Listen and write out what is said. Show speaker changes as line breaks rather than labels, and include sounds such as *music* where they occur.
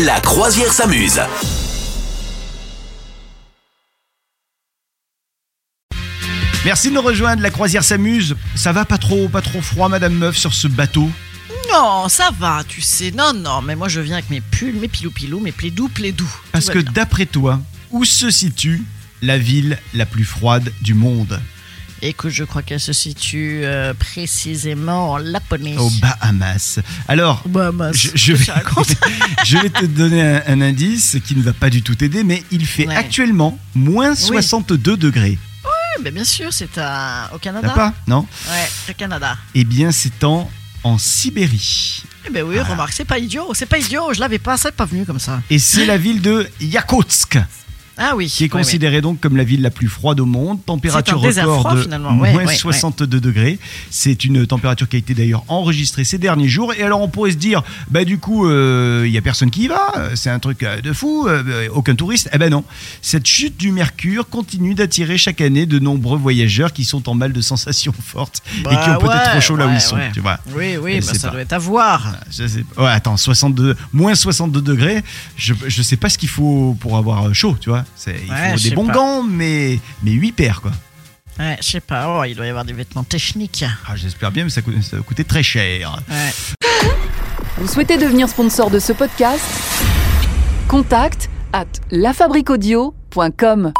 La croisière s'amuse.
Merci de nous rejoindre, la croisière s'amuse. Ça va pas trop, pas trop froid, Madame Meuf, sur ce bateau
Non, ça va, tu sais. Non, non, mais moi je viens avec mes pulls, mes pilou-pilou, mes plaidous, plaidous. Tout
Parce
va
que
bien.
d'après toi, où se situe la ville la plus froide du monde
Écoute, je crois qu'elle se situe euh, précisément en Laponie.
Aux Bahamas. Alors,
Bah, mince.
je, je
*laughs*
vais, *laughs* je vais te donner un, un indice qui ne va pas du tout t'aider, mais il fait
Ouais.
actuellement moins 62 degrés.
Ouais, mais bien sûr, c'est à... au
T'as
Canada.
pas Non
Ouais, au Canada.
Eh bien, c'est en, en Sibérie.
Eh ben oui,
Voilà.
remarque, c'est pas idiot, c'est pas idiot, je l'avais pas, ça n'est pas venu comme ça.
Et c'est la ville de Yakutsk.
Ah oui.
qui est
ouais, ouais.
considérée donc comme la ville la plus froide au monde. Température
C'est un désert
record
froid,
de
finalement. Ouais,
moins
ouais, ouais.
62 degrés. C'est une température qui a été d'ailleurs enregistrée ces derniers jours. Et alors on pourrait se dire, bah du coup, euh, il y a personne qui y va, euh, c'est un truc euh, de fou, euh, aucun touriste. Eh ben non, cette chute du mercure continue d'attirer chaque année de nombreux voyageurs qui sont en mal de sensations fortes et qui
Bah
ont peut-être
ouais,
trop chaud là où
ouais,
ils sont.
ouais.
Tu vois.
Oui, oui,
Elle
bah,
sait
ça
pas.
doit être à voir.
Je sais pas. Ouais, attends, 62, moins 62 degrés, je, je sais pas ce qu'il faut pour avoir euh, chaud, tu vois. C'est, il
Ouais, je
faut des
sais
bons
pas.
gants, mais, mais 8 paires, quoi.
Ouais, je sais pas, oh, il doit y avoir des vêtements techniques.
Ah, j'espère bien, mais ça, coûte- ça va coûter très cher.
Ouais.
Vous souhaitez devenir sponsor de ce podcast Contact à lafabriquaudio.com.